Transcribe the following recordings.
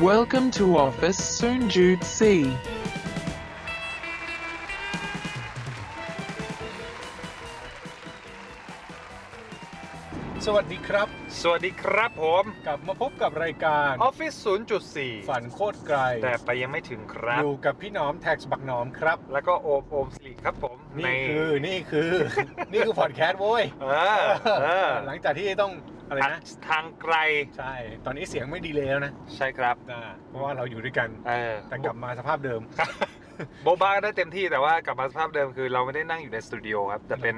Welcome to Office Soonjoot C. สวัสดีครับ สวัสดีครับผม กลับมาพบกับรายการ ออฟฟิศ0.4 ฝันโคตรไกล แต่ไปยังไม่ถึงครับ อยู่กับพี่หน้อมแท็กบักหน้อมครับ แล้วก็โอมโอมสิริครับผม นี่คือนี่คือ นี่คือพอดแคสต์โว้ย เออเออ หลังจากที่ต้องอะไร อัด นะ ทางไกล ใช่ ตอนนี้เสียงไม่ดีเลยแล้วนะ ใช่ครับ อ่าเพราะว่าเราอยู่ด้วยกัน เออ แต่กลับมาสภาพเดิม โบบาได้เต็มที่แต่ว่ากลับมาสภาพเดิมคือเราไม่ได้นั่งอยู่ในสตูดิโอครับ แต่เป็น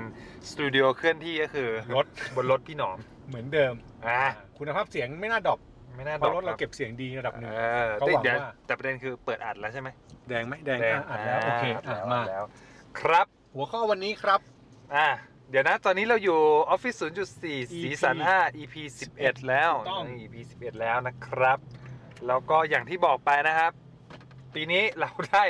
สตูดิโอเคลื่อนที่ก็ คือ รถ บนรถพี่หนอม เหมือนเดิม อ่า อ่ะคุณภาพเสียงไม่น่าดรอป ไม่น่า เพราะรถเราเก็บเสียงดีระดับหนึ่ง เออ ก็ แต่ หวัง เดี๋ยว ว่า แต่ประเด็นคือเปิดอัดแล้วใช่ไหม แดงไหมแดงอ่ะอัดแล้วโอเค ด อ่ะ แล้ว มา อัดแล้ว ครับ หัวข้อวันนี้ครับ อ่ะเดี๋ยวนะ ตอนนี้เราอยู่ออฟฟิศ0.4 สีสัน 5 EP 11 แล้ว ถูกต้อง นะ EP 11 แล้วนะครับ แล้วก็อย่างที่บอกไปนะครับ ปีนี้เราได้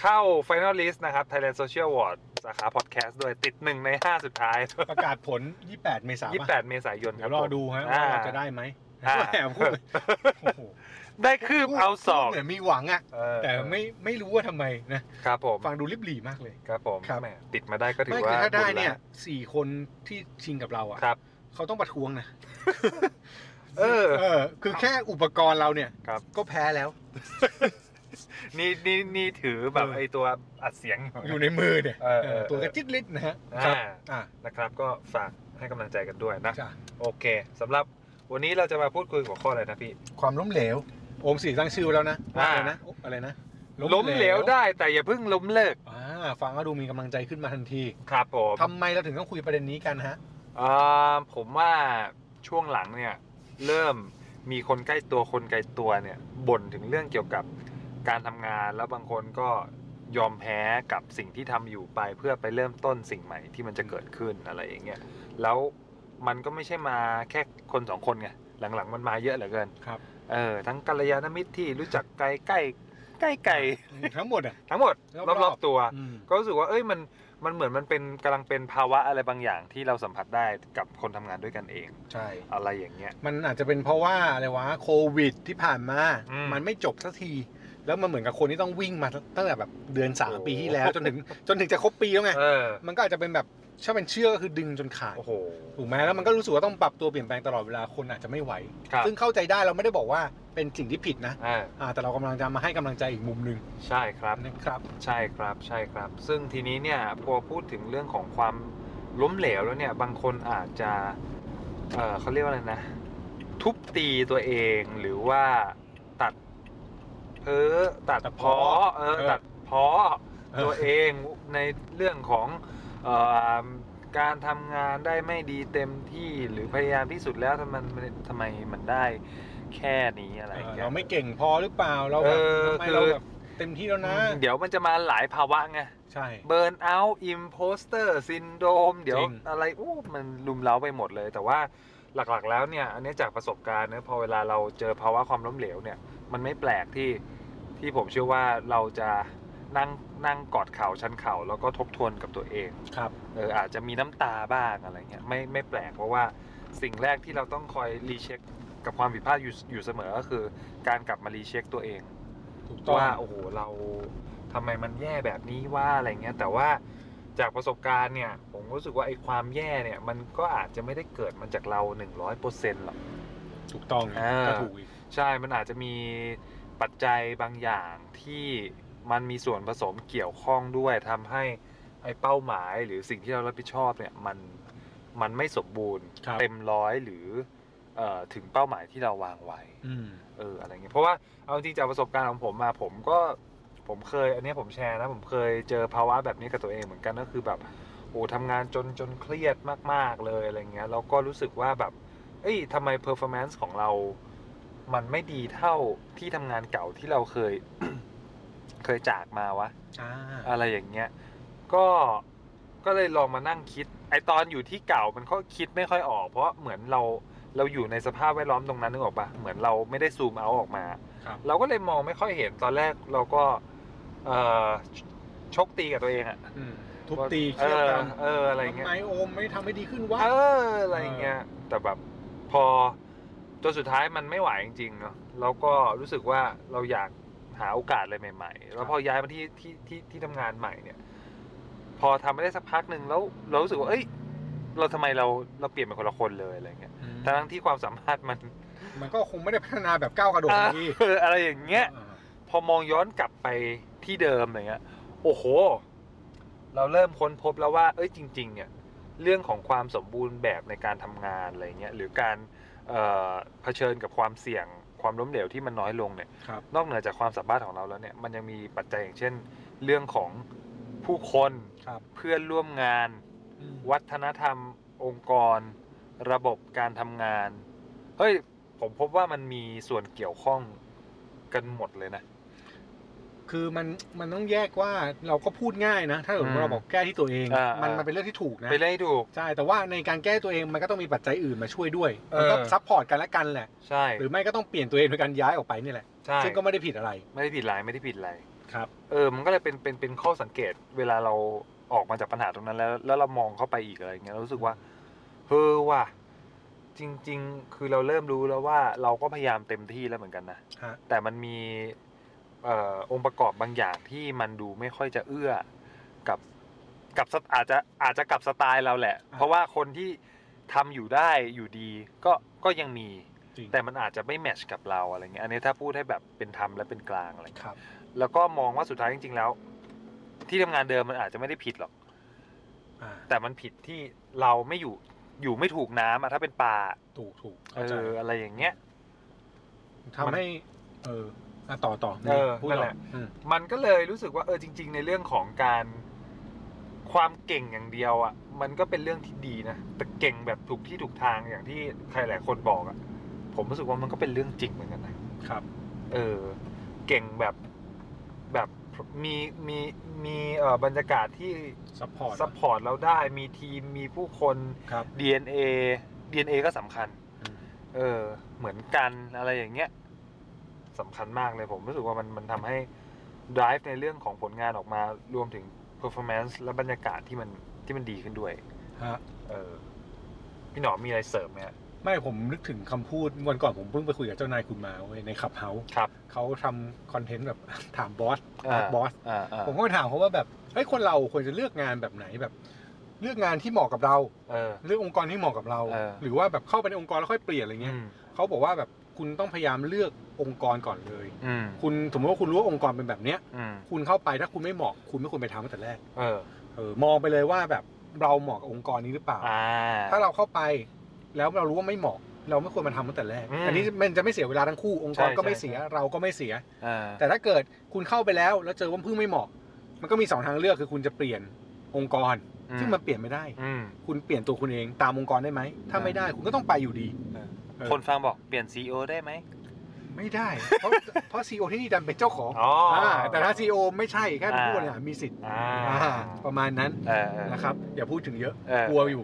เข้า Final List นะครับ Thailand Social Award สาขา Podcast ด้วยติด 1 ใน 5 สุดท้าย ประกาศผล 28 เมษายน 28 เมษายนค เดี๋ รั ย บ วรอดูฮะว่าเราจะได้ไหม อ่า แหมพูด โอ้โห ได้คืบเอาสอง พูดเหมือนมีหวังอะ เออ แต่ไม่ไม่รู้ว่าทำไมนะครับ ผม ฟังดูริบหรี่มากเลย ครับผม ครับ แหมติดมาได้ก็ถือ ไม่ ว่า คือถ้าได้เนี่ย บุญ สี่คนที่ชิงกับเรา ละ อะ ครับ เขาต้องประท้วงนะ เออ เออ คือแค่อุปกรณ์เราเนี่ย ครับ ก็แพ้แล้ว นี่นี่นี่ถือแบบ เออ ไอตัวอัดเสียงอยู่ อยู่ในมือเนี่ย เออเออ เออตัวกระจิตลิดนะฮะคอ่ารับอ่ะ นะครับก็ฝากให้กำลังใจกันด้วยนะ จ้ะ โอเคสำหรับวันนี้เราจะมาพูดคุยหัวข้ออะไรนะพี่ ความล้มเหลว โอมสีตั้งชื่อไว้แล้วนะว่า อ่า อะไรนะอะไรนะ ล้มเหลวได้แต่อย่าเพิ่งล้มเลิก อ่าฟังแล้วดูมีกำลังใจขึ้นมาทันที ครับผม ทำไมเราถึงต้องคุยประเด็นนี้กันฮะ เอ่อผมว่าช่วงหลังเนี่ยเริ่มมีคนใกล้ตัวคนไกลตัวเนี่ยบ่นถึงเรื่องเกี่ยวกับการทำงานแล้วบางคนก็ยอมแพ้กับสิ่งที่ทำอยู่ไปเพื่อไปเริ่มต้นสิ่งใหม่ที่มันจะเกิดขึ้นอะไรอย่างเงี้ยแล้วมันก็ไม่ใช่มาแค่คนสองคนไงหลังๆมันมาเยอะเหลือเกิน ครับ เออทั้งกัลยาณมิตรที่รู้จักไกลใกล้ใกล้ไกล ทั้งหมดอ่ะ ทั้งหมด รอบๆ รอบๆตัว อืม ก็รู้สึกว่าเอ้ยมันมันเหมือนมันเป็นกำลังเป็นภาวะอะไรบางอย่างที่เราสัมผัสได้กับคนทำงานด้วยกันเอง ใช่ อะไรอย่างเงี้ย มันอาจจะเป็นเพราะว่าอะไรวะโควิดที่ผ่านมา อืม มันไม่จบสักที แล้วมันเหมือนกับคนที่ต้องวิ่งมาตั้งแต่แบบเดือนสาม โอ้โห ปีที่แล้ว จน ถึงจนถึงจะครบปีแล้วไง เออ มันก็อาจจะเป็นแบบถ้าเป็นเชื่อกก็คือดึงจนขาด โอ้โห ถูกไหมแล้วมันก็รู้สึกว่าต้องปรับตัวเปลี่ยนแปลงตลอดเวลาคนอาจจะไม่ไหว ครับ ซึ่งเข้าใจได้เราไม่ได้บอกว่าเป็นสิ่งที่ผิดนะ อ่า อ่าแต่เรากำลังจะมาให้กำลังใจอีกมุมหนึ่ง ใช่ครับ นะครับ ใช่ครับใช่ครับ ซึ่งทีนี้เนี่ยพอพูดถึงเรื่องของความล้มเหลวแล้วเนี่ยบางคนอาจจะเออเขาเรียกว่าอะไรนะ ทุบตีตัวเองหรือว่าตัดเพ้อตัด ตัด เพ พ้อ อเออ เออ ตัดเพอ ตัวเองในเรื่องของเออการทำงานได้ไม่ดีเต็มที่หรือพยายามที่สุดแล้วทำไมมันทำไมมันได้แค่นี้อะไรอย่งงี้ย เราไม่เก่งพอหรือเปล่าเราแบบ เออ ทำไม คือ เราแบบเต็มที่แล้วนะ เดี๋ยวมันจะมาหลายภาวะไง ใช่ เบิร์นเอาท์อิมโพสเตอร์ซินโดมเดี๋ยจวริง อะไรอู้มันลุมเล้าไปหมดเลย แต่ว่าหลักๆแล้วเนี่ยอันนี้จากประสบการณ์นะพอเวลาเราเจอภาวะความล้มเหลวเนี่ยมันไม่แปลกที่ที่ผมเชื่อว่าเราจะนั่งนั่งกอดเข่าชันเข่าแล้วก็ทบทวนกับตัวเอง ครับ เอออาจจะมีน้ำตาบ้างอะไรเงี้ยไม่ไม่แปลกเพราะว่าสิ่งแรกที่เราต้องคอยรีเช็คกับความผิดพลาดอยู่อยู่เสมอก็คือ การกลับมารีเช็คตัวเอง ถูกต้อง ว่าโอ้โหเราทำไมมันแย่แบบนี้ว่าอะไรเงี้ยแต่ว่าจากประสบการณ์เนี่ย ผมรู้สึกว่าไอ้ความแย่เนี่ย มันก็อาจจะไม่ได้เกิดมาจากเรา 100%หรอก ถูกต้อง อ่า ก็ถูกอีก ใช่มันอาจจะมีปัจจัยบางอย่างที่มันมีส่วนผสมเกี่ยวข้องด้วยทำให้ไอ้เป้าหมายหรือสิ่งที่เรารับผิดชอบเนี่ยมันมันไม่สมบูรณ์ ครับ เต็มร้อยหรือเอ่อถึงเป้าหมายที่เราวางไว้ อืม เอออะไรเงี้ยเพราะว่าเอาจริงจากประสบการณ์ของผมมาผมก็ผมเคยอันเนี้ยผมแชร์นะผมเคยเจอภาวะแบบนี้กับตัวเองเหมือนกันก็คือแบบโอ้ทำงานจนจนเครียดมากๆเลยอะไรเงี้ยแล้วก็รู้สึกว่าแบบ เอ้ยทำไม performance ของเรา มันไม่ดีเท่าที่ทำงานเก่าที่เราเคย เคยจากมาวะ อ่า อะไรอย่างเงี้ย ก็ ก็เลยลองมานั่งคิด ไอตอนอยู่ที่เก่ามันก็คิดไม่ค่อยออก เพราะเหมือนเรา เราอยู่ในสภาพแวดล้อมตรงนั้นนึกออกปะเหมือนเราไม่ได้ซูมเอาออกมา ครับ เราก็เลยมองไม่ค่อยเห็นตอนแรกเราก็เอ่อชกตีกับตัวเองอะ ทุบตี เอ เคี่ยว อ กัน เอออะไรเงี้ย ทำไมโอมไม่ทำให้ดีขึ้นวะ เอออะไรอย่างเงี้ยแต่แบบพอ จนสุดท้ายมันไม่ไหวจริงๆเนาะแล้วก็รู้สึกว่าเราอยากหาโอกาสอะไรใหม่ ๆ แล้วพอย้ายมาที่ที่ที่ที่ทำงานใหม่เนี่ย พอทำไม่ได้สักพักหนึ่งแล้วเรารู้สึกว่า เอ้ย เราทำไมเราเราเปลี่ยนเป็นคนละคนเลยอะไรเงี้ยทั้งๆที่ความสามารถมัน มันก็คงไม่ได้พัฒนาแบบก้าวกระโดด อ่า พี่ เอ ออะไรอย่างเงี้ย อ่า พอมองย้อนกลับไปที่เดิมอะไรเงี้ย โอ้โห เราเริ่มค้นพบแล้วว่า เอ้ยจริง ๆ เนี่ย เรื่องของความสมบูรณ์แบบในการทำงานอะไรเงี้ย หรือการเอ่อเผชิญกับความเสี่ยง ความล้มเหลวที่มันน้อยลงเนี่ย ครับ นอกเหนือจากความสามารถของเราแล้วเนี่ย มันยังมีปัจจัยอย่างเช่น เรื่องของผู้คน ครับ เพื่อนร่วมงาน วัฒนธรรม องค์กร ระบบการทำงาน เฮ้ย ผมพบว่ามันมีส่วนเกี่ยวข้องกันหมดเลยนะ คือมันมันต้องแยกว่าเราก็พูดง่ายนะ ถ้าเกิด อืม ว่าเราบอกแก้ที่ตัวเอง อ่ามั มันมันเป็นเรื่องที่ถูกนะ ไปเลยถูก ใช่แต่ว่าในการแก้ตัวเองมันก็ต้องมีปัจจัยอื่นมาช่วยด้วย เออ มันก็ซัพพอร์ตกันและกันแหละ ใช่ หรือไม่ก็ต้องเปลี่ยนตัวเองโดยการย้ายออกไปนี่แหละ ใช่ ซึ่งก็ไม่ได้ผิดอะไร ไม่ได้ผิดอะไรไม่ได้ผิดอะไร ครับ เออ มันก็เลยเป็นเป็นเป็นข้อสังเกตเวลาเราออกมาจากปัญหาตรงนั้นแล้ว แล้วเรามองเข้าไปอีกอะไรอย่างเงี้ยเรารู้สึกว่าเฮ้อว่ะจริง ๆ คือเราเริ่มรู้แล้วว่าเราก็พยายามเต็มที่แล้วเหมือนกันนะ ฮะ แต่มันมีเอ่อองค์ประกอบบางอย่างที่มันดูไม่ค่อยจะเอื้อกับกับสไตอาจจะอาจจะกับสไตล์เราแหละ เพราะว่าคนที่ทำอยู่ได้อยู่ดีก็ก็ยังมี จริง แต่มันอาจจะไม่แมทช์กับเราอะไรเงี้ย อันนี้ถ้าพูดให้แบบเป็นธรรมและเป็นกลางอะไร ค เงี้ย รับ แล้วก็มองว่าสุดท้ายจริงๆแล้ว ที่ทำงานเดิมมันอาจจะไม่ได้ผิดหรอก อ่า แต่มันผิดที่เราไม่อยู่อยู่ไม่ถูกน้ำอะถ้าเป็นป่า ถูกถูก เอ เข้าใจ ออะไรอย่างเงี้ย ทำให้ เอออ่ะต่อต่อ เออ พูด นั่น ต่ แห อ ละ อืม มันก็เลยรู้สึกว่าเออจริง ๆ ในเรื่องของการความเก่งอย่างเดียวอะ่ะ มันก็เป็นเรื่องที่ดีนะแต่เก่งแบบถูกที่ถูกทางอย่างที่ใครหลายคนบอกอะ่ะ ผมรู้สึกว่ามันก็เป็นเรื่องจริงเหมือนกันนะ ครับ เออเก่งแบบแบบมีมีมีเอ่อบรรยากาศที่ ซัพพอร์ต ซัพพอร์ตเราได้ มีทีมมีผู้คน ครับ DNA DNA ก็สำคัญ อืม เออ เหมือนกันอะไรอย่างเงี้ยสำคัญมากเลยผมรู้สึกว่ามันมันทำให้ drive ในเรื่องของผลงานออกมารวมถึง performance และบรรยากาศที่มันที่มันดีขึ้นด้วย ฮะ เออ พี่หนอมมีอะไรเสริมไหมฮะ ไม่ผมนึกถึงคำพูดวันก่อนผมเพิ่งไปคุยกับเจ้านายคุณมาเว้ยในขับเฮา ครับ เขาทำคอนเทนต์แบบ ถามบอสอา ร์ตบอส อ่าอ่า ผมก็ไปถามเขาว่าแบบเฮ้ยคนเราควรจะเลือกงานแบบไหนแบบ เลือกงานที่เหมาะกับเรา เออ เลือกองค์กรที่เหมาะกับเรา เออ หรือว่าแบบเข้าไปในองค์กรแล้วค่อยเปลี่ยนอะไร อื เงี้ย ม เขาบอกว่าแบบคุณต้องพยายามเลือกองค์กรก่อนเลย อืม คุณสมมติว่าคุณรู้ว่าองค์กรเป็นแบบเนี้ย อืม คุณเข้าไปถ้าคุณไม่เหมาะคุณไม่ควรไปทำตั้งแต่แรก เออ เออมองไปเลยว่าแบบเราเหมาะกับองค์กรนี้หรือเปล่า อ่า ถ้าเราเข้าไปแล้วเรารู้ว่าไม่เหมาะ เราไม่ควรมาทำตั้งแต่แรก อืม อันนี้มันจะไม่เสียเวลาทั้งคู่องค์กร ใช่ ก็ไม่ ใช่ เสียเราก็ไม่เสีย อ่า แต่ถ้าเกิดคุณเข้าไปแล้ว แล้วเจอว่าเพิ่งไม่เหมาะ มันก็มีสองทางเลือกคือคุณจะเปลี่ยนองค์กร อืม ซึ่งมันเปลี่ยนไม่ได้ อืม คุณเปลี่ยนตัวคุณเองตามองค์กรได้ไหมถ้าไม่ได้คุณก็ต้องไปอยู่ดี เออ คนฟังบอกเปลี่ยนซีอได้ไหม ไม่ได้ เพราะ เพราะซีอที่นี่ดันเป็นเจ้าของ อ๋ออ่ าแต่ถ้าซีอไม่ใช่แค่เป็นผู้บริหารมีสิทธิ์ อ่า อ่าประมาณนั้น เออเออ นะครับ อย่าพูดถึงเยอะ เออก ลัวอยู่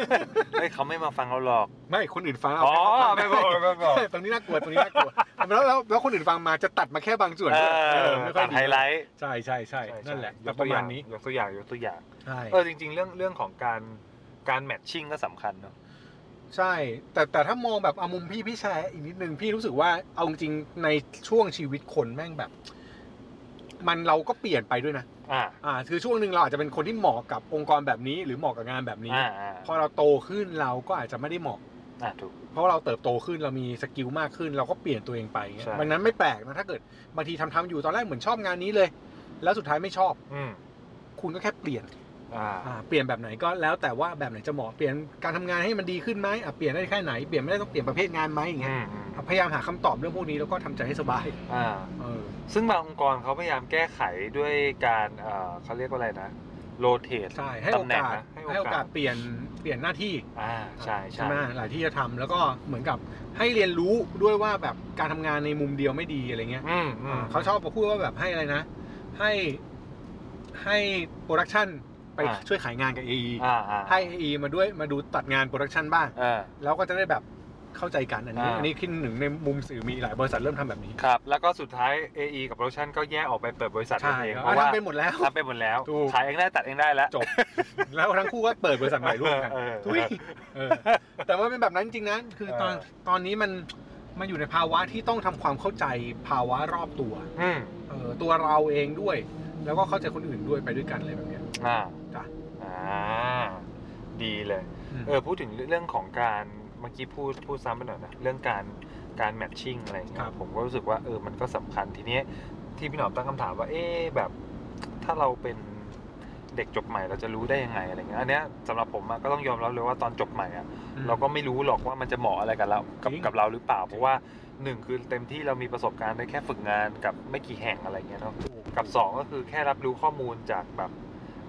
เฮ้ยเขาไม่มาฟังเราหรอก ไม่คนอื่นฟังเอา อ๋อ แค่ ไม่ ฟั บ ง อก ด้ ไม่บอก ตรงนี้น่ากลัวตรงนี้น่ากลัวแล้วแล้วแล้วคนอื่นฟังมาจะตัดมาแค่บางส่วน เอ ด้วยเอ อ อไม่ค่ ตั อย ด ดี ไฮไลท์ ใช่ใช่ใช่นั่นแหละ ย แต่ ก ป ตัว ระมาอย่า ณ ง นี้ ยกตัวอย่างยกตัวอย่าง ใช่ เออจริง ๆ เรื่องเรื่องของการการแมทชิ่งก็สำคัญเนอะ ใช่ แต่แต่ถ้ามองแบบเอามุมพี่พี่แชร์อีกนิดนึงพี่รู้สึกว่าเอาจริงๆในช่วงชีวิตคนแม่งแบบ มันเราก็เปลี่ยนไปด้วยนะ อ่า อ่า คือช่วงหนึ่งเราอาจจะเป็นคนที่เหมาะกับองค์กรแบบนี้ หรือเหมาะกับงานแบบนี้ อ่าอ่า พอเราโตขึ้นเราก็อาจจะไม่ได้เหมาะ อ่าถูก เพราะเราเติบโตขึ้นเรามีสกิลมากขึ้น เราก็เปลี่ยนตัวเองไปเงี้ย ใช่ ดังนั้นไม่แปลกนะถ้าเกิดบางทีทำทำๆอยู่ตอนแรกเหมือนชอบงานนี้เลย แล้วสุดท้ายไม่ชอบ อืม คุณก็แค่เปลี่ยน อ่า อ่าเปลี่ยนแบบไหนก็แล้วแต่ว่าแบบไหนจะเหมาะเปลี่ยนการทำงานให้มันดีขึ้นไหมอ่ะเปลี่ยนได้แค่ไหนเปลี่ยนไม่ได้ต้องเปลี่ยนประเภทงานไหมอย่างเงี้ย อืมอืม อ่ะพยายามหาคำตอบเรื่องพวกนี้แล้วก็ทำใจให้สบาย อ่า เออ ซึ่งบางองค์กรเขาพยายามแก้ไขด้วยการเอ่อเขาเรียกว่าอะไรนะโรเตท ใช่ให้โอ ตำแหน่ง กาส นะให้โอกาส ให้โอกาสเปลี่ยนเปลี่ยนหน้าที่ อ่าใช่ใช่ ไหมหลายที่จะทำแล้วก็เหมือนกับให้เรียนรู้ด้วยว่าแบบการทำงานในมุมเดียวไม่ดีอะไรเงี้ย อืมอืม เขาชอบมาพูดว่าแบบให้อะไรนะ ให้ให้โปรดักชันไป อ่า ช่วยขายงานกับ AE อ่าอ่า ให้ AE มาด้วยมาดูตัดงานโปรดักชันบ้าง เออ แล้วก็จะได้แบบ เข้าใจกันอันนี้ อ่า อันนี้ขึ้นหนึ่งในมุมสื่อมีหลายบริษัทเริ่มทำแบบนี้ ครับ แล้วก็สุดท้าย AE กับ Production ก็แยกออกไปเปิดบริษัทกั ใช่ นเอง ครับ เพราะว่า ทำไปหมดแล้ว ทำไปหมดแล้ว ถูก ขายเองได้ตัดเองได้แล้ว จบ แล้วทั้งคู่ก็เปิดบริษัทใหม่ร่วมกัน เออ ทุยเออแต่ว่าเป็นแบบนั้นจริงๆนะคือตอน เออ ตอนนี้มันมันอยู่ในภาวะที่ต้องทำความเข้าใจภาวะรอบตัว อืม เออตัวเราเองด้วย แล้วก็เข้าใจคนอื่นด้วยไปด้วยกันอะไรแบบเนี้ย อ่า จ้ะ อ่า ดีเลย เออพูดถึงเรื่องของการเมื่อกี้พูดพูดซ้ำไปหน่อยนะเรื่องการการแมทชิ่งอะไรอย่างเงี้ ครั ย บ ผมก็รู้สึกว่าเออมันก็สำคัญทีเนี้ยที่พี่หนอมตั้งคำถามว่าเอ๊ะแบบถ้าเราเป็นเด็กจบใหม่เราจะรู้ได้ยังไงอะไรเงี้ยอันเนี้ยสำหรับผมอะก็ต้องยอมรับเลยว่าตอนจบใหม่อะ อืม เราก็ไม่รู้หรอกว่ามันจะเหมาะอะไรกับเรากับ จริง กับเราหรือเปล่า เพราะว่าหนึ่งคือเต็มที่เรามีประสบการณ์ได้แค่ฝึกงานกับไม่กี่แห่งอะไรเงี้ยเนาะ ถูก กับ 2 ก็คือแค่รับรู้ข้อมูลจากแบบ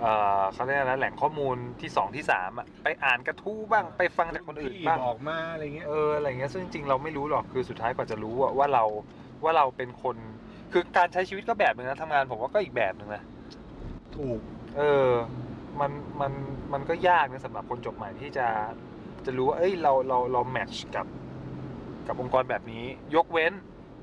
เอ่อเขาเรียกอะไรแหล่งข้อมูลที่ 2 ที่3อ่ะไปอ่านกระทู้บ้างไปฟังจากคนอื่นบ้าง พี่บอกมาอะไรเงี้ย เอออะไรเงี้ยซึ่งจริงๆเราไม่รู้หรอกคือสุดท้ายกว่าจะรู้อะว่าเราว่าเราเป็นคน คือการใช้ชีวิตก็แบบหนึ่งนะทำงานผมว่าก็อีกแบบหนึ่งนะ ถูก เออมันมันมันก็ยากนะสำหรับคนจบใหม่ที่จะจะรู้ว่าเอ้ยเราเราเราแมทช์กับกับองค์กรแบบนี้ ยกเว้น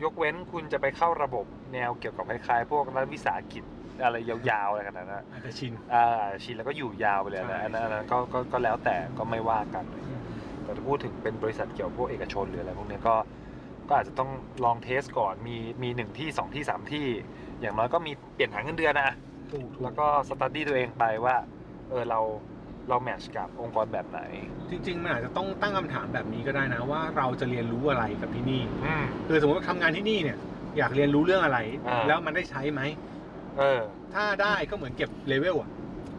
ยกเว้นคุณจะไปเข้าระบบแนวเกี่ยวกับคล้ายๆพวกรัฐวิสาหกิจอะไรยาวๆอะไรขนาดนั้นอะ อาจจะชิน อ่าชินแล้วก็อยู่ยาวไปเลย ใช่ นะอันนั้นอันนั้นก็ก็ก็แล้วแต่ก็ไม่ว่ากันเลยแต่ถ้าพูดถึงเป็นบริษัทเกี่ยวพวกเอกชนหรืออะไรพวกเนี้ยก็ก็อาจจะต้องลองเทสก่อนมีมีหนึ่งที่สองที่สามที่ อย่างน้อยก็มีเปลี่ยนหางเงินเดือนนะ ถูก แล้วก็สตัดดี้ตัวเองไปว่าเออเราเราแมทช์กับองค์กรแบบไหน จริง ๆ มันอาจจะต้องตั้งคำถามแบบนี้ก็ได้นะว่าเราจะเรียนรู้อะไรกับที่นี่ อืม คือสมมติว่าทำงานที่นี่เนี่ย อยากเรียนรู้เรื่องอะไร อ่า แล้วมันได้ใช้ไหม เออ ถ้าได้ก็เหมือนเก็บเลเวลอะ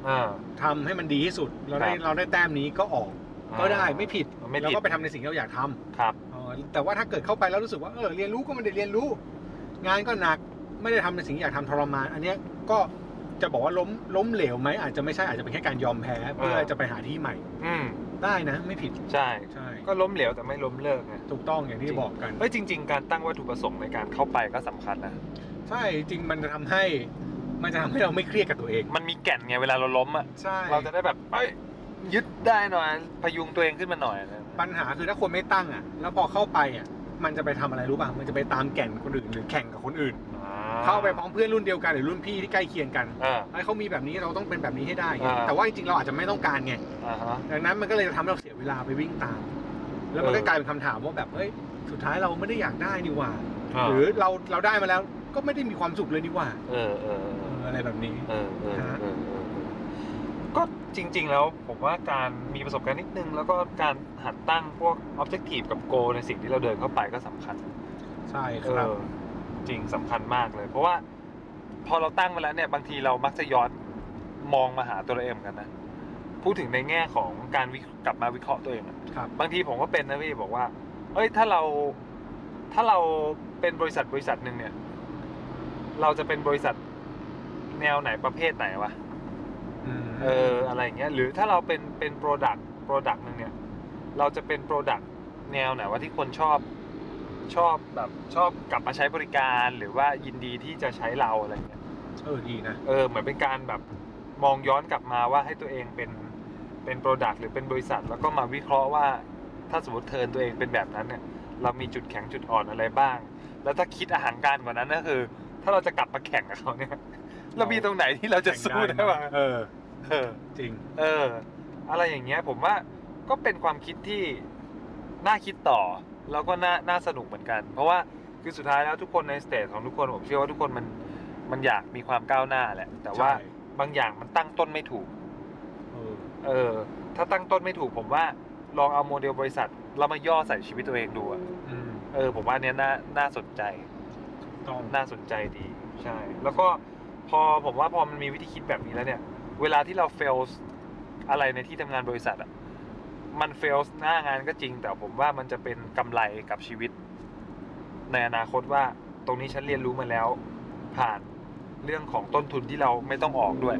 อ่า ทำให้มันดีที่สุด เราได้ ครับ เราได้แต้มนี้ก็ออก ก็ได้ไม่ผิด ไม่ แล้ว ผิด ก็ไปทำในสิ่งที่เราอยากทำ ครับ เออแต่ว่าถ้าเกิดเข้าไปแล้วรู้สึกว่าเออเรียนรู้ก็ไม่ได้เรียนรู้ งานก็หนักไม่ได้ทำในสิ่งที่อยากทำทรมาน อันเนี้ยก็จะบอกว่าล้มล้มเหลวไหมอาจจะไม่ใช่อาจจะเป็นแค่การยอมแพ้เพื่อ เออ จะไปหาที่ใหม่ อืม ได้นะ ไม่ผิด ใช่ ใช่ ก็ล้มเหลวแต่ไม่ล้มเลิกไง ถูกต้องอย่างที่ จริง บอกกัน เฮ้ยจริง ๆ การตั้งวัตถุประสงค์ในการเข้าไปก็สำคัญนะ ใช่จริงมันจะทำให้มันจะทำให้เราไม่เครียดกับตัวเอง มันมีแก่นไงเวลาเราล้มอ่ะ ใช่ เราจะได้แบบเอ้ยยึดได้หน่อยพยุงตัวเองขึ้นมาหน่อยอะไรอย่างเงี้ย ปัญหาคือถ้าคนไม่ตั้งอ่ะ แล้วพอเข้าไปอ่ะมันจะไปทำอะไรรู้ป่ะมันจะไปตามแก่นคนอื่นหรือแข่งกับคนอื่น อ่ เข้าไปพร้อมเพื่อนรุ่นเดียวกันหรือรุ่นพี่ที่ใกล้เคียงกัน เออ ไอ้ยเขามีแบบนี้เราต้องเป็นแบบนี้ให้ได้ไง อ่า แต่ว่าจริงๆเราอาจจะไม่ต้องการไง อ่าฮะ ดังนั้นมันก็เลยจะทำให้เราเสียเวลาไปวิ่งตาม แล้วมันก็ เออ กลายเป็นคำถามว่าแบบเฮ้ยสุดท้ายเราไม่ได้อยากได้นี่หว่า อ่า หรือเราเราได้มาแล้วก็ไม่ได้มีความสุขเลยนี่หว่า เออเออ เอออะไรแบบนี้ เออเออเออเออ ฮะ เออก็จริง ๆ แล้วผมว่าการมีประสบการณ์นิดนึง แล้วก็การหัดตั้งพวก objective กับ goal ในสิ่งที่เราเดินเข้าไปก็สำคัญ ใช่ค เอ รับ อจริงสำคัญมากเลย เพราะว่าพอเราตั้งมาแล้วเนี่ยบางทีเรามักจะย้อนมองมาหาตัวเราเองเหมือนกันนะพูดถึงในแง่ของการวิกลับมาวิเคราะห์ตัวเองอะ ครับ บางทีผมก็เป็นนะพี่บอกว่า เอ้ยถ้าเราถ้าเราเป็นบริษัทบริษัทหนึ่งเนี่ย เราจะเป็นบริษัทแนวไหนประเภทไหนวะ ม เอออะไรอย่างเงี้ยหรือถ้าเราเป็นเป็นโปรดักต์โปรดักต์หนึ่งเนี่ยเราจะเป็นโปรดักต์แนวไหนว่าที่คนชอบชอบแบบชอบกลับมาใช้บริการหรือว่ายินดีที่จะใช้เราอะไรเงี้ย เออดีนะ เออเหมือนเป็นการแบบมองย้อนกลับมาว่าให้ตัวเองเป็นเป็นโปรดักต์หรือเป็นบริษัท แล้วก็มาวิเคราะห์ว่าถ้าสมมติเทิร์นตัวเองเป็นแบบนั้นเนี่ยเรามีจุดแข็งจุดอ่อนอะไรบ้าง แล้วถ้าคิดอาหารการกว่านั้นก็คือ ถ้าเราจะกลับมาแข่งกับเขาเนี่ยเรามีตรงไหนที่เราจะสู้ได้บ้าง เออ เออ จริง เออ อะไรอย่างเงี้ยผมว่าก็เป็นความคิดที่น่าคิดต่อ แล้วก็น่าน่าสนุกเหมือนกัน เพราะว่าคือสุดท้ายแล้วทุกคนในสเตจของทุกคนผมเชื่อว่าทุกคนมันมันอยากมีความก้าวหน้าแหละ แต่ว่า ใช่ บางอย่างมันตั้งต้นไม่ถูก เออ เออ ถ้าตั้งต้นไม่ถูก ผมว่าลองเอาโมเดลบริษัทแล้วมาย่อใส่ชีวิตตัวเองดูอะ อืม เออผมว่าอันเนี้ยน่าน่าสนใจ ต้อง น่าสนใจดีใช่ แล้วก็พอผมว่าพอมันมีวิธีคิดแบบนี้แล้วเนี่ย เวลาที่เราเฟลอะไรในที่ทำงานบริษัทอ่ะมันเฟลหน้างานก็จริง แต่ผมว่ามันจะเป็นกำไรกับชีวิต ในอนาคตว่าตรงนี้ฉันเรียนรู้มาแล้ว ผ่านเรื่องของต้นทุนที่เราไม่ต้องออกด้วย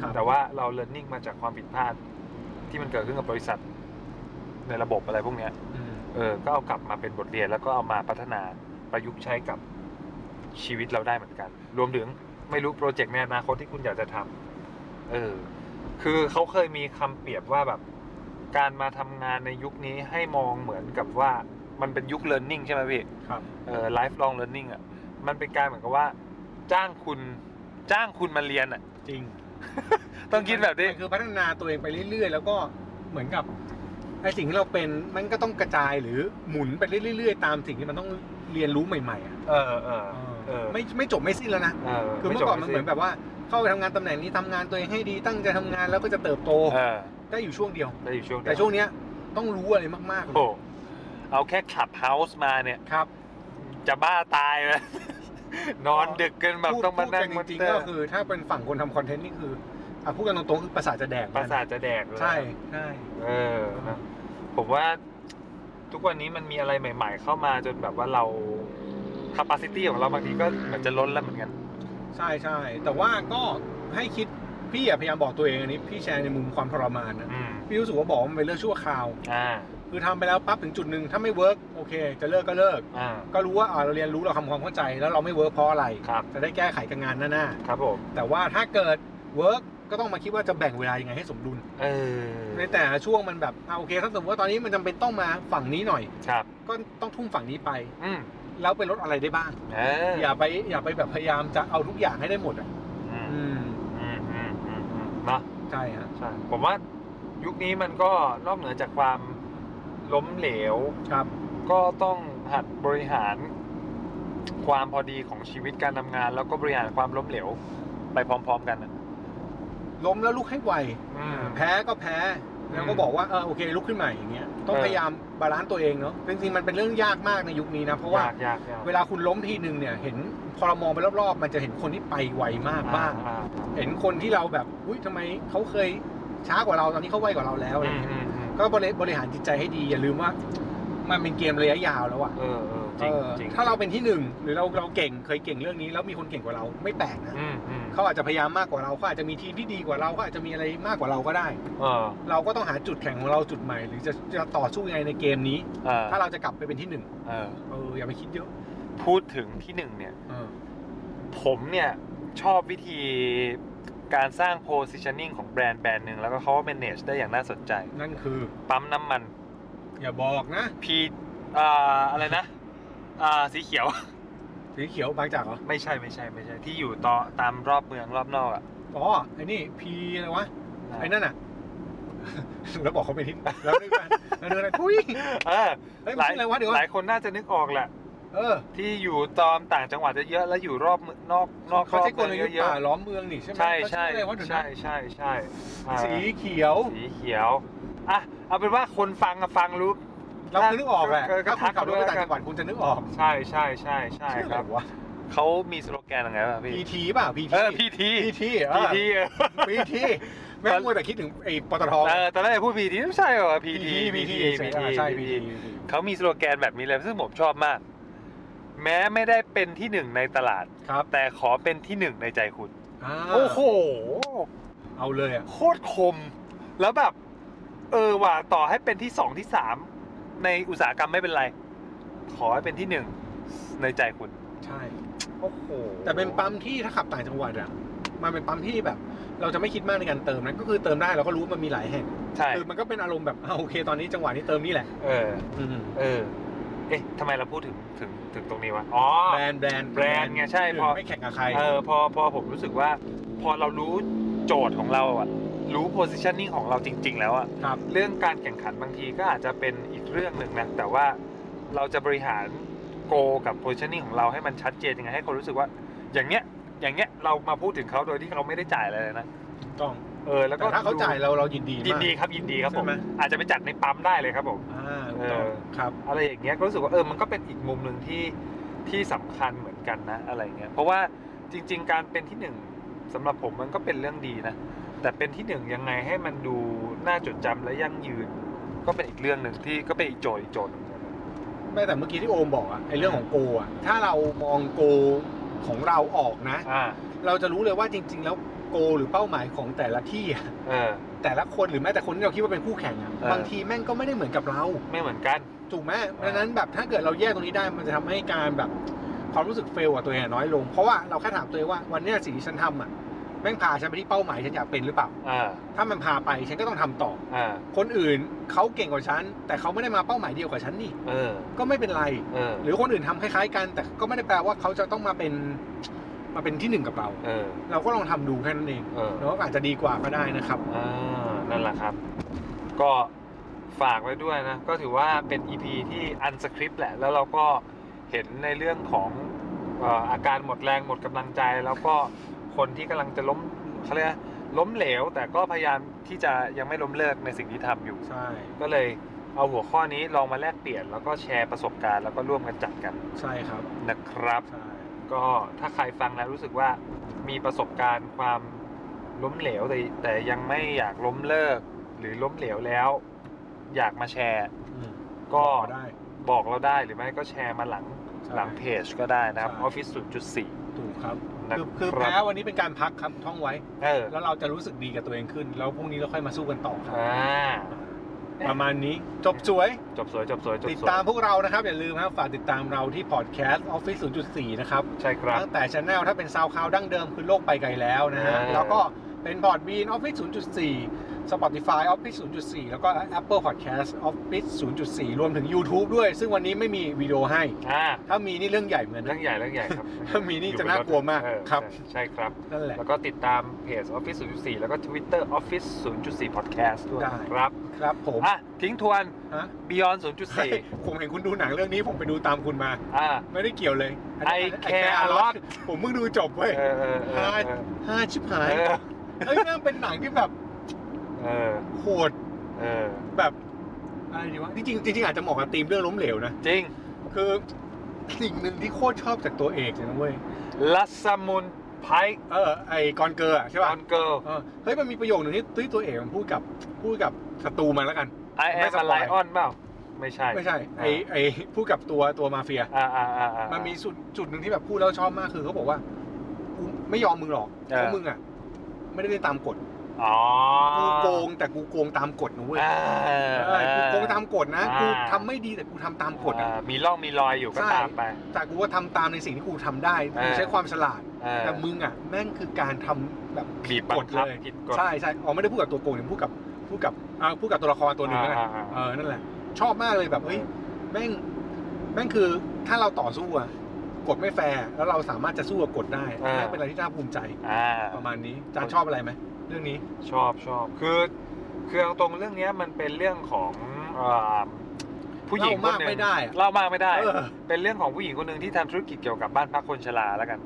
ครับ แต่ว่าเราเรียนรู้มาจากความผิดพลาดที่มันเกิดขึ้นกับบริษัท ในระบบอะไรพวกเนี้ย อืม เออ ก็เอากลับมาเป็นบทเรียนแล้วก็เอามาพัฒนาประยุกต์ใช้กับชีวิตเราได้เหมือนกัน รวมถึงไม่รู้โปรเจกต์ในอนาคตที่คุณอยากจะทำ เออ คือเขาเคยมีคำเปรียบว่าแบบ การมาทำงานในยุคนี้ให้มองเหมือนกับว่า มันเป็นยุค learning ใช่ไหมพี่ ครับ เออ lifelong learning อ่ะมันเป็นการเหมือนกับว่า จ้างคุณจ้างคุณมาเรียนอ่ะ จริง ต้องคิดแบบนี้ มัคือพัฒนาตัวเองไปเรื่อยๆ แล้วก็เหมือนกับไอ้สิ่งที่เราเป็นมันก็ต้องกระจายหรือหมุนไปเรื่อยๆ ตามสิ่งที่มันต้องเรียนรู้ใหม่ๆอะ เออเออ เออ ไม่ไม่จบไม่สิ้นแล้วนะ เออ คือเมื่อก่อนมันเหมือนแบบว่าเข้าไปทำงานตำแหน่งนี้ทำงานตัวเองให้ดีตั้งใจทำงานแล้วก็จะเติบโต เออ ได้อยู่ช่วงเดียว ได้อยู่ช่วงเดีย แต่ช่วงเนี้ยต้องรู้อะไรมากๆเล โอ้ ย โหเอาแค่ขับเฮาส์มาเนี่ย ครับ จะบ้าตายเลย นอนดึกกันแบบ พูด ต้องมา พูด นั่ กั ง นจ มอนิ ริง เตๆอก็ ร์ คือถ้าเป็นฝั่งคนทำคอนเทนต์นี่คืออ่ะพูดกันตรงๆคือประสาทจะแดก ประสาทจะแดกเลย ใช่ใช่ เออนะผมว่าทุกวันนี้มันมีอะไรใหม่ ๆ เข้ามาจนแบบว่าเรา capacity ของเราบางทีก็เหมือนจะล้นแล้วเหมือนกัน ใช่ใช่แต่ว่าก็ให้คิดพี่อะพยายามบอกตัวเองอันนี้พี่แชร์ในมุมความทรมานนะ อืม พี่รู้สึกว่าบอกว่ามันเป็นเรื่องชั่วคราว อ่า คือทำไปแล้วปั๊บถึงจุดหนึ่งถ้าไม่เวิร์กโอเค จะเลิกก็เลิก อ่า ก็รู้ว่าอ่ะเราเรียนรู้เราทำความเข้าใจแล้วเราไม่เวิร์กเพราะอะไร ครับ จะได้แก้ไขกับงานหน้าๆ ครับผม แต่ว่าถ้าเกิดเวิร์กก็ต้องมาคิดว่าจะแบ่งเวลายังไงให้สมดุล เออ ในแต่ละช่วงมันแบบเอาโอเคถ้าสมมติว่าตอนนี้มันจำเป็นต้องมาฝั่งนี้หน่อย ครับ ก็ต้องทุ่มฝั่งนี้ไป อืม แล้วไปลดอะไรได้บ้าง เออ อย่าไปอย่าไปแบบพยายามจะเอาทุกอย่างให้ได้หมดอ่ะ อืม อืม อืมอืมอืมอืมเนาะ ใช่ฮะ ใช่ผมว่ายุคนี้มันก็นอกเหนือจากความล้มเหลว ครับ ก็ต้องหัดบริหารความพอดีของชีวิตการทำงาน แล้วก็บริหารความล้มเหลว ไปพร้อม ๆ กันน่ะ ล้มแล้วลุกให้ไว อืม แพ้ก็แพ้แล้วก็บอกว่าเออโอเคลุกขึ้นใหม่อย่างเงี้ยต้อง เออ พยายามบาลานซ์ตัวเองเนาะจริงๆมันเป็นเรื่องยากมากในยุคนี้นะเพราะว่าย ากยากยาก เวลาคุณล้มทีหนึ่งเนี่ยเห็นพอเรามองไปรอบๆ มันจะเห็นคนที่ไปไวมากบ้าง อ่อ่ เห็นคนที่เราแบบ อุ้ยทำไมเขาเคยช้ากว่าเราตอนนี้เขาไวกว่าเราแล้วอะไร อืม เงี้ย อืมอืม ก็บริบริหารจิตใจให้ดี อย่าลืมว่า มันเป็นเกมระยะยาวแล้วอะ เออเออจริง เออ จริง ถ้าเราเป็นที่หนึ่งหรือเราเราเก่งเคยเก่งเรื่องนี้แล้วมีคนเก่งกว่าเราไม่แปลกนะ อืมอืม เขาอาจจะพยายามมากกว่าเราเขาอาจจะมีทีมที่ดีกว่าเราเขาอาจจะมีอะไรมากกว่าเราก็ได้ เออ เราก็ต้องหาจุดแข็งของเราจุดใหม่ หรือจะจะต่อสู้ยังไงในเกมนี้ เออ ถ้าเราจะกลับไปเป็นที่หนึ่ง เออ เอออย่าไปคิดเยอะ พูดถึงที่หนึ่งเนี่ย เออ ผมเนี่ยชอบวิธีการสร้าง positioning ของแบรนด์แบรนด์หนึ่งแล้วก็เขาก็ manage ได้อย่างน่าสนใจ นั่นคือ ปั๊มน้ำมัน อย่าบอกนะ พีอ่าอะไรนะอ่าสีเขียว สีเขียวบางจากเหรอ ไม่ใช่ไม่ใช่ไม่ใช่ที่อยู่ต่อตามรอบเมืองรอบนอกอ่ะ อ๋อไอ้นี่พีอะไรวะ ไอ้นั่นอ่ะ แล้วบอกเขาไปทิ้งแล้วนึกว่าแล้วนึ กอะไรทุย เออ เฮ้ย ห มัน ลาย ชื่ออะไรวะเดี๋ยว ห ก่อ ลาน ยคนน่าจะนึกออกแหละ เออ ที่อยู่ตอมต่างจังหวัดเยอะๆแล้วอยู่รอบเมืองนอกนอก เขา รอบ ใช้ก เมื ล อง ยุทธ์ เยอะ ป่าล้อมเมืองนี่ใช่ไห ๆ ม ใช่ เขาออะใช่ไรวะเดี๋ยว ใช่ นะ ใช่ใช่อ่า สีเขียว สีเขียวอ่ะเอาเป็นว่าคนฟังอะฟังรู้ เราคือนึกออกแหละ เออก็ ถ้า ทั คุณ ก ขับรถเขาด้วย ไป แล้วกั ต่าน งจังหวัดคุณจะนึกออก ใช่ใช่ใช่ใช่ ชื่ออะ ค ไร รับ วะ เขามีสโลแกนยังไงวะพี่ PT เปล่า PT เออพีที PT เอ พี อ ที PT แม่งมัวแต่คิดถึงไอ้ปตท เออตอนแรกจะพูดพีทีไม่ใช่เหรอพีที พีที พีที ใช่ พี PT ทีเขามีสโลแกนแบบนี้เลยซึ่งผมชอบมาก แม้ไม่ได้เป็นที่หนึ่งในตลาด ครับ แต่ขอเป็นที่หนึ่งในใจคุณ า โอ้โห เอาเลยอ่ะ โคตรคม แล้วแบบ เออว่ะต่อให้เป็นที่สองที่สามในอุตสาหกรรมไม่เป็นไร ขอให้เป็นที่หนึ่งในใจคุณ ใช่ โอ้โห แต่เป็นปั๊มที่ถ้าขับต่างจังหวัดอ่ะมันเป็นปั๊มที่แบบ เราจะไม่คิดมากในการเติมนะก็คือเติมได้เราก็รู้ว่ามันมีหลายแห่ง ใช่ คือมันก็เป็นอารมณ์แบบอ่าโอเคตอนนี้จังหวะนี้เติมนี่แหละ เออ เออ เอ๊ะทำไมเราพูดถึงถึงถึงตรงนี้วะอ๋อ แบรนด์แบรนด์ แบรนด์ไงใช่พอ ไม่แข่งกับใคร เออพอพอผมรู้สึกว่า พอเรารู้โจทย์ของเราอะรู้ positioning ของเราจริง ๆ แล้วอะ ครับ เรื่องการแข่งขันบางทีก็อาจจะเป็นอีกเรื่องหนึ่งนะแต่ว่าเราจะบริหารโกกับ positioning ของเราให้มันชัดเจนยังไงให้คนรู้สึกว่า อย่างเงี้ยอย่างเงี้ยเรามาพูดถึงเขาโดยที่เขาไม่ได้จ่ายอะไรเลยนะ ถูกต้อง เออแล้วก็ แต่ถ้าเขาจ่ายเราเรายินดีมาก ยินดีครับยินดีครับผม ใช่ไหม อาจจะไปจัดในปั๊มได้เลยครับผม อ่าถูกต้อง เออ ครับ อะไรอย่างเงี้ยก็รู้สึกว่าเออมันก็เป็นอีกมุมหนึ่งที่ที่สำคัญเหมือนกันนะอะไรเงี้ยเพราะว่าจริง ๆ การเป็นที่หนึ่งสำหรับผมมันก็เป็นเรื่องดีนะแต่เป็นที่หนึ่งยังไงให้มันดูน่าจดจำและยั่งยืน ก็เป็นอีกเรื่องหนึ่งที่ก็เป็นอีกโจทย์อีกโจทย์หนึ่งนะครับ ไม่แต่เมื่อกี้ที่โอมบอกอะไอเรื่องของโกอะถ้าเรามองโกของเราออกนะ อ่า เราจะรู้เลยว่าจริง ๆ แล้วโกหรือเป้าหมายของแต่ละที่อะ เออ แต่ละคนหรือแม้แต่คนที่เราคิดว่าเป็นคู่แข่งอะ เออ บางทีแม่งก็ไม่ได้เหมือนกับเรา ไม่เหมือนกัน ถูกไหมดังนั้นแบบถ้าเกิดเราแยกตรงนี้ได้มันจะทำให้การแบบความรู้สึกเฟลกับตัวเองอะน้อยลง เพราะว่าเราแค่ถามตัวเองว่าวันเนี้ยสิ่งที่ฉันทำอะ แม่งพาฉันไปที่เป้าหมายฉันอยากเป็นหรือเปล่า อ่า ถ้ามันพาไปฉันก็ต้องทำต่อ อ่า คนอื่นเขาเก่งกว่าฉัน แต่เขาไม่ได้มาเป้าหมายเดียวกับฉันนี่ เออ ก็ไม่เป็นไร เออ หรือคนอื่นทำคล้ายๆกัน แต่ก็ไม่ได้แปลว่าเขาจะต้องมาเป็นมาเป็นที่หนึ่งกับเรา เออ เราก็ลองทำดูแค่นั้นเอง เออ เนาะอาจจะดีกว่าก็ได้นะครับ อ่านั่นแหละครับ ก็ฝากไว้ด้วยนะ ก็ถือว่าเป็น EP ที่อันสคริปต์แหละ แล้วเราก็เห็นในเรื่องของเอ่ออาการหมดแรงหมดกำลังใจ แล้วก็คนที่กำลังจะล้มเขาเรียกว่าล้มเหลว แต่ก็พยายามที่จะยังไม่ล้มเลิกในสิ่งที่ทำอยู่ ใช่ ก็เลยเอาหัวข้อนี้ลองมาแลกเปลี่ยน แล้วก็แชร์ประสบการณ์แล้วก็ร่วมกันจัดกัน ใช่ครับ นะครับ ใช่ ก็ถ้าใครฟังแล้วรู้สึกว่ามีประสบการณ์ความล้มเหลวแต่แต่ยังไม่อยากล้มเลิก หรือล้มเหลวแล้ว อยากมาแชร์ อืม ก็ พอได้ บอกเราได้หรือไม่ก็แชร์มาหลัง ใช่ หลังเพจก็ได้นะครับ ใช่ ออฟฟิศศูนย์จุดสี่ ถูกครับ นะ คือคือ ค แพ้ รับ วันนี้เป็นการพักครับท่องไว้ เออ แล้วเราจะรู้สึกดีกับตัวเองขึ้น แล้วพรุ่งนี้เราค่อยมาสู้กันต่อครับ อ่า ประมาณนี้จบสวย จบสวยจบสวยจบ ติด สวย ตามพวกเรานะครับ อย่าลืมครับฝากติดตามเราที่พอดแคสต์ออฟฟิศ0.4 นะครับ ใช่ครับ ตั้งแต่ช anel ถ้าเป็นซาวค o าวดั้งเดิมคือโลกไปไกลแล้วนะฮะ เออ แล้วก็เป็นพอดบีนออฟฟิศ0.4 Spotify Office 0.4 แล้วก็ Apple Podcast Office 0.4 รวมถึง YouTube ด้วย ซึ่งวันนี้ไม่มีวิดีโอให้ อ่า ถ้ามีนี่เรื่องใหญ่เหมือนกั เรื่อน งใหญ่เรื่องใหญ่ครับ ถ้ามี นี่จะน่ากลัวมาก เออ ครับ ใช่ใช่ครับ นั่นแหละ แล้วก็ติดตามเพจ Office 0.4 แล้วก็ Twitter Office 0.4 Podcast ด้วย ได้ ครับ ครับผม อ่ะ ทิ้งทวน ฮะ Beyond ผมเห็นคุณดูหนังเรื่องนี้ผมไปดูตามคุณมา 0.4 อ่า ไม่ได้เกี่ยวเลยนนี้น I นี้ care a lot ผมเพิ่งดูจบเว้ย เออเออเออเออ ฮาชิบหา เอย อ เฮ้ยนั่งเป็นหนังที่แบบ เออ โหด เออ แบบอะไรดีวะจริงๆจริงๆอาจจะเหมาะกับธีมเรื่องล้มเหลวนะ จริง คือสิ่งหนึ่งที่โคตรชอบจากตัวเอกเลยนะเว้ย ลัสมุนไพค์ เออ ไอกอนเกอร์อะใช่ ต ป่ะ อนเกิล เออเฮ้ย มันมีประโยคหนึ่งที่ที่ตัวเอกมันพูดกับพูดกับศัตรูมันแล้วกัน I ไม่ am สป a อย lion เปล่า ไม่ใช่ ไม่ใช่ไอ อ่า ไอพูดกับตัวตัวมาเฟีย อ่าอ่าอ่าอ่า มันมีจุดจุดหนึ่งที่แบบพูดแล้วชอบมากคือเขาบอกว่ากูไม่ยอมมึงหรอก เออ เพราะมึงอ่ะ ไม่ได้เล่นตามกฎ อ๋อ กูโกงแต่กูโกงตามกฎนะเว้ย อ่า เออกูโกงตามกฎนะ อ่า กูทำไม่ดีแต่กูทำตามกฎ อ่า อะ มีร่องมีรอยอยู่ก็ ใช่ ตามไป แต่กูก็ทำตามในสิ่งที่กูทำได้ เออ กูใช้ความฉลาด เออ แต่มึงอ่ะแม่งคือการทำแบบ บีบบังคับผิดกฎ ใช่ใช่อ๋อไม่ได้พูดกับตัวโกงเนี่ยพูดกับพูดกับอ่าพูดกับตัวละครตัวหนึ่งแล้วกัน อ่าอ่าอ่า เออนั่นแหละ ชอบมากเลยแบบเฮ้ยแม่งแม่งคือถ้าเราต่อสู้อะกฎไม่แฟร์แล้วเราสามารถจะสู้กับกฎได้แม่งเป็นอะไรที่น่าภูมิใจ อ่า ประมาณนี้จานชอบอะไรไหมเรื่องนี้ ชอบชอบคือคือเอาตรงเรื่องเนี้ยมันเป็นเรื่องของเอ่อผู้หญิงคนหนึ่เล่ามากงไม่ได้อะ เล่ามากไม่ได้ เออ เป็นเรื่องของผู้หญิงคนหนึ่งที่ทำธุรกิจเกี่ยวกับบ้านพักคนชราแล้วกัน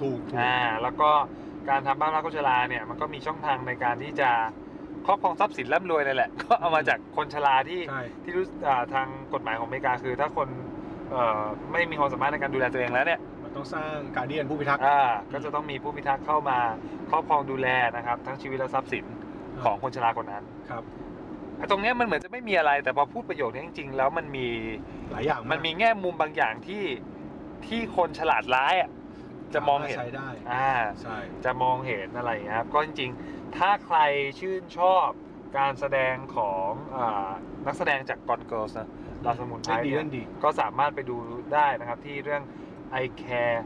ถูกถูก อ่าแล้วก็การทำบ้านพักคนชราเนี่ยมันก็มีช่องทางในการที่จะครอบครองทรัพย์สินร่ำรวยเลยแหละ ก็เอามาจากคนชราที่ ใช่ ที่รู้อ่าทางกฎหมายของอเมริกาคือ ถ้าคนเอ่อไม่มีความสามารถในการดูแลตัวเองแล้วเนี่ย มันต้องสร้างการเดียนผู้พิทักษ์ อ่าก็จะต้องมีผู้พิทักษ์เข้ามาครอบครองดูแลนะครับ ทั้งชีวิตและทรัพย์สินของคนชราคนนั้น ครับ ไอ้ตรงเนี้ยมันเหมือนจะไม่มีอะไร แต่พอพูดประโยคนี้จริง ๆ แล้วมันมี หลายอย่างาก มันมีแง่มุมบางอย่างที่ที่คนฉลาดร้ายอ่ะจะมองเห็น สาารถใช้ได้ อ่า ใช่ จะมองเห็นอะไรอย่างเงี้ยครับก็จริงๆ ถ้าใครชื่นชอบการแสดงของอ่านักแสดงจากกอนเกิลส์นะดาวสมุนไพร เล่นดี เนี่ย เล่นดี ก็สามารถไปดูได้นะครับที่เรื่อง I Care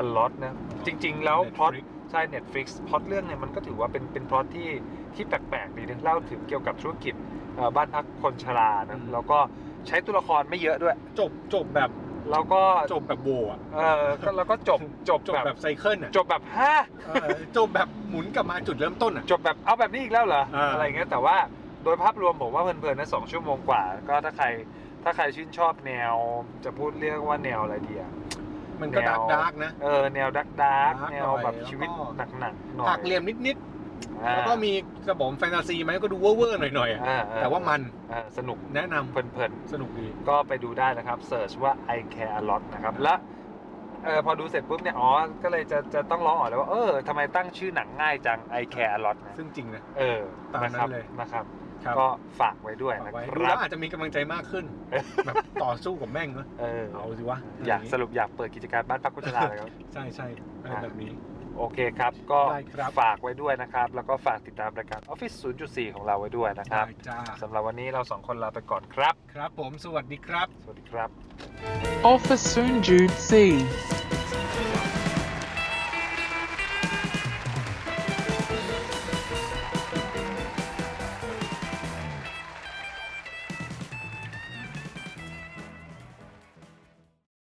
a lot นะ จริง ๆ แล้วพล็อต Netflix ใช่ Netflix พล็อตเรื่องเนี่ยมันก็ถือว่าเป็นเป็นพล็อตที่ที่แปลกๆดีนะเล่าถึงเกี่ยวกับธุรกิจเอ่อบ้านพักคนชราอืนะม แล้วก็ใช้ตัวละครไม่เยอะด้วย จบจบแบบ แล้วก็ จบแบบโบอ่ะ เออก็แล้วก็จบจบ จบ แบบ แบบไซเคิลอ่ะ จบแบบฮะ เออจบแบบหมุนกลับมาจุดเริ่มต้นอ่ะ จบแบบเอาแบบนี้อีกแล้วเหรอ อ่า อะไรเงี้ยแต่ว่าโดยภาพรวมผมว่าเพลินๆนะสองชั่วโมงกว่า ก็ถ้าใครถ้าใครชื่นชอบแนวจะพูดเรียกว่าแนวอะไรดีอะ มันก็ แน ดาว ร์กดาร์กนะ เออแนวดักดัก dark แนวแบหบน่อย ชีวิต แล้วก็ หนักๆหน่อย หักเหลี่ยมนิดๆอ่าแล้วก็มีกระบอกแฟนตาซีไหมก็ดูเว่อร์ๆหน่อยๆอะ อ่อ่ แต่ว่ามัน อ่าสนุก แนะนำ เพลิน สนุกดี ๆ ก็ไปดูได้นะครับเสิร์ชว่า I care a lot นะครับ และเออพอดูเสร็จปุ๊บเนี่ย อ๋อ ก็เลยจะจะต้องร้องอ๋อเลยว่าเออทำไมตั้งชื่อหนังง่ายจัง I care a lot นะ ซึ่งจริงนะ เออ ตามนั้นนะครับ เลย นะครับ ครับ ก็ฝากไว้ด้วย ฝาก นะ ไว้ ค ดู รั แล้ บ วอาจจะมีกำลังใจมาก ขึ้น แบบต่อสู้กับแม่งเนอะ เออ เอาสิวะ อยากสรุปอยากเปิดกิจการบ้านพักคุณชลา เลยครับ ใช่ใช่ๆอะไรแบบนี้ โอเคครับ ก็ ได้ครับ ฝากไว้ด้วยนะครับ แล้วก็ฝากติดตามรายการ Office 0.4 ของเราไว้ด้วยนะครับ ได้จ้า สำหรับวันนี้เราสองคนลาไปก่อนครับ ครับผมสวัสดีครับ สวัสดีครับ Office Soon Jude C.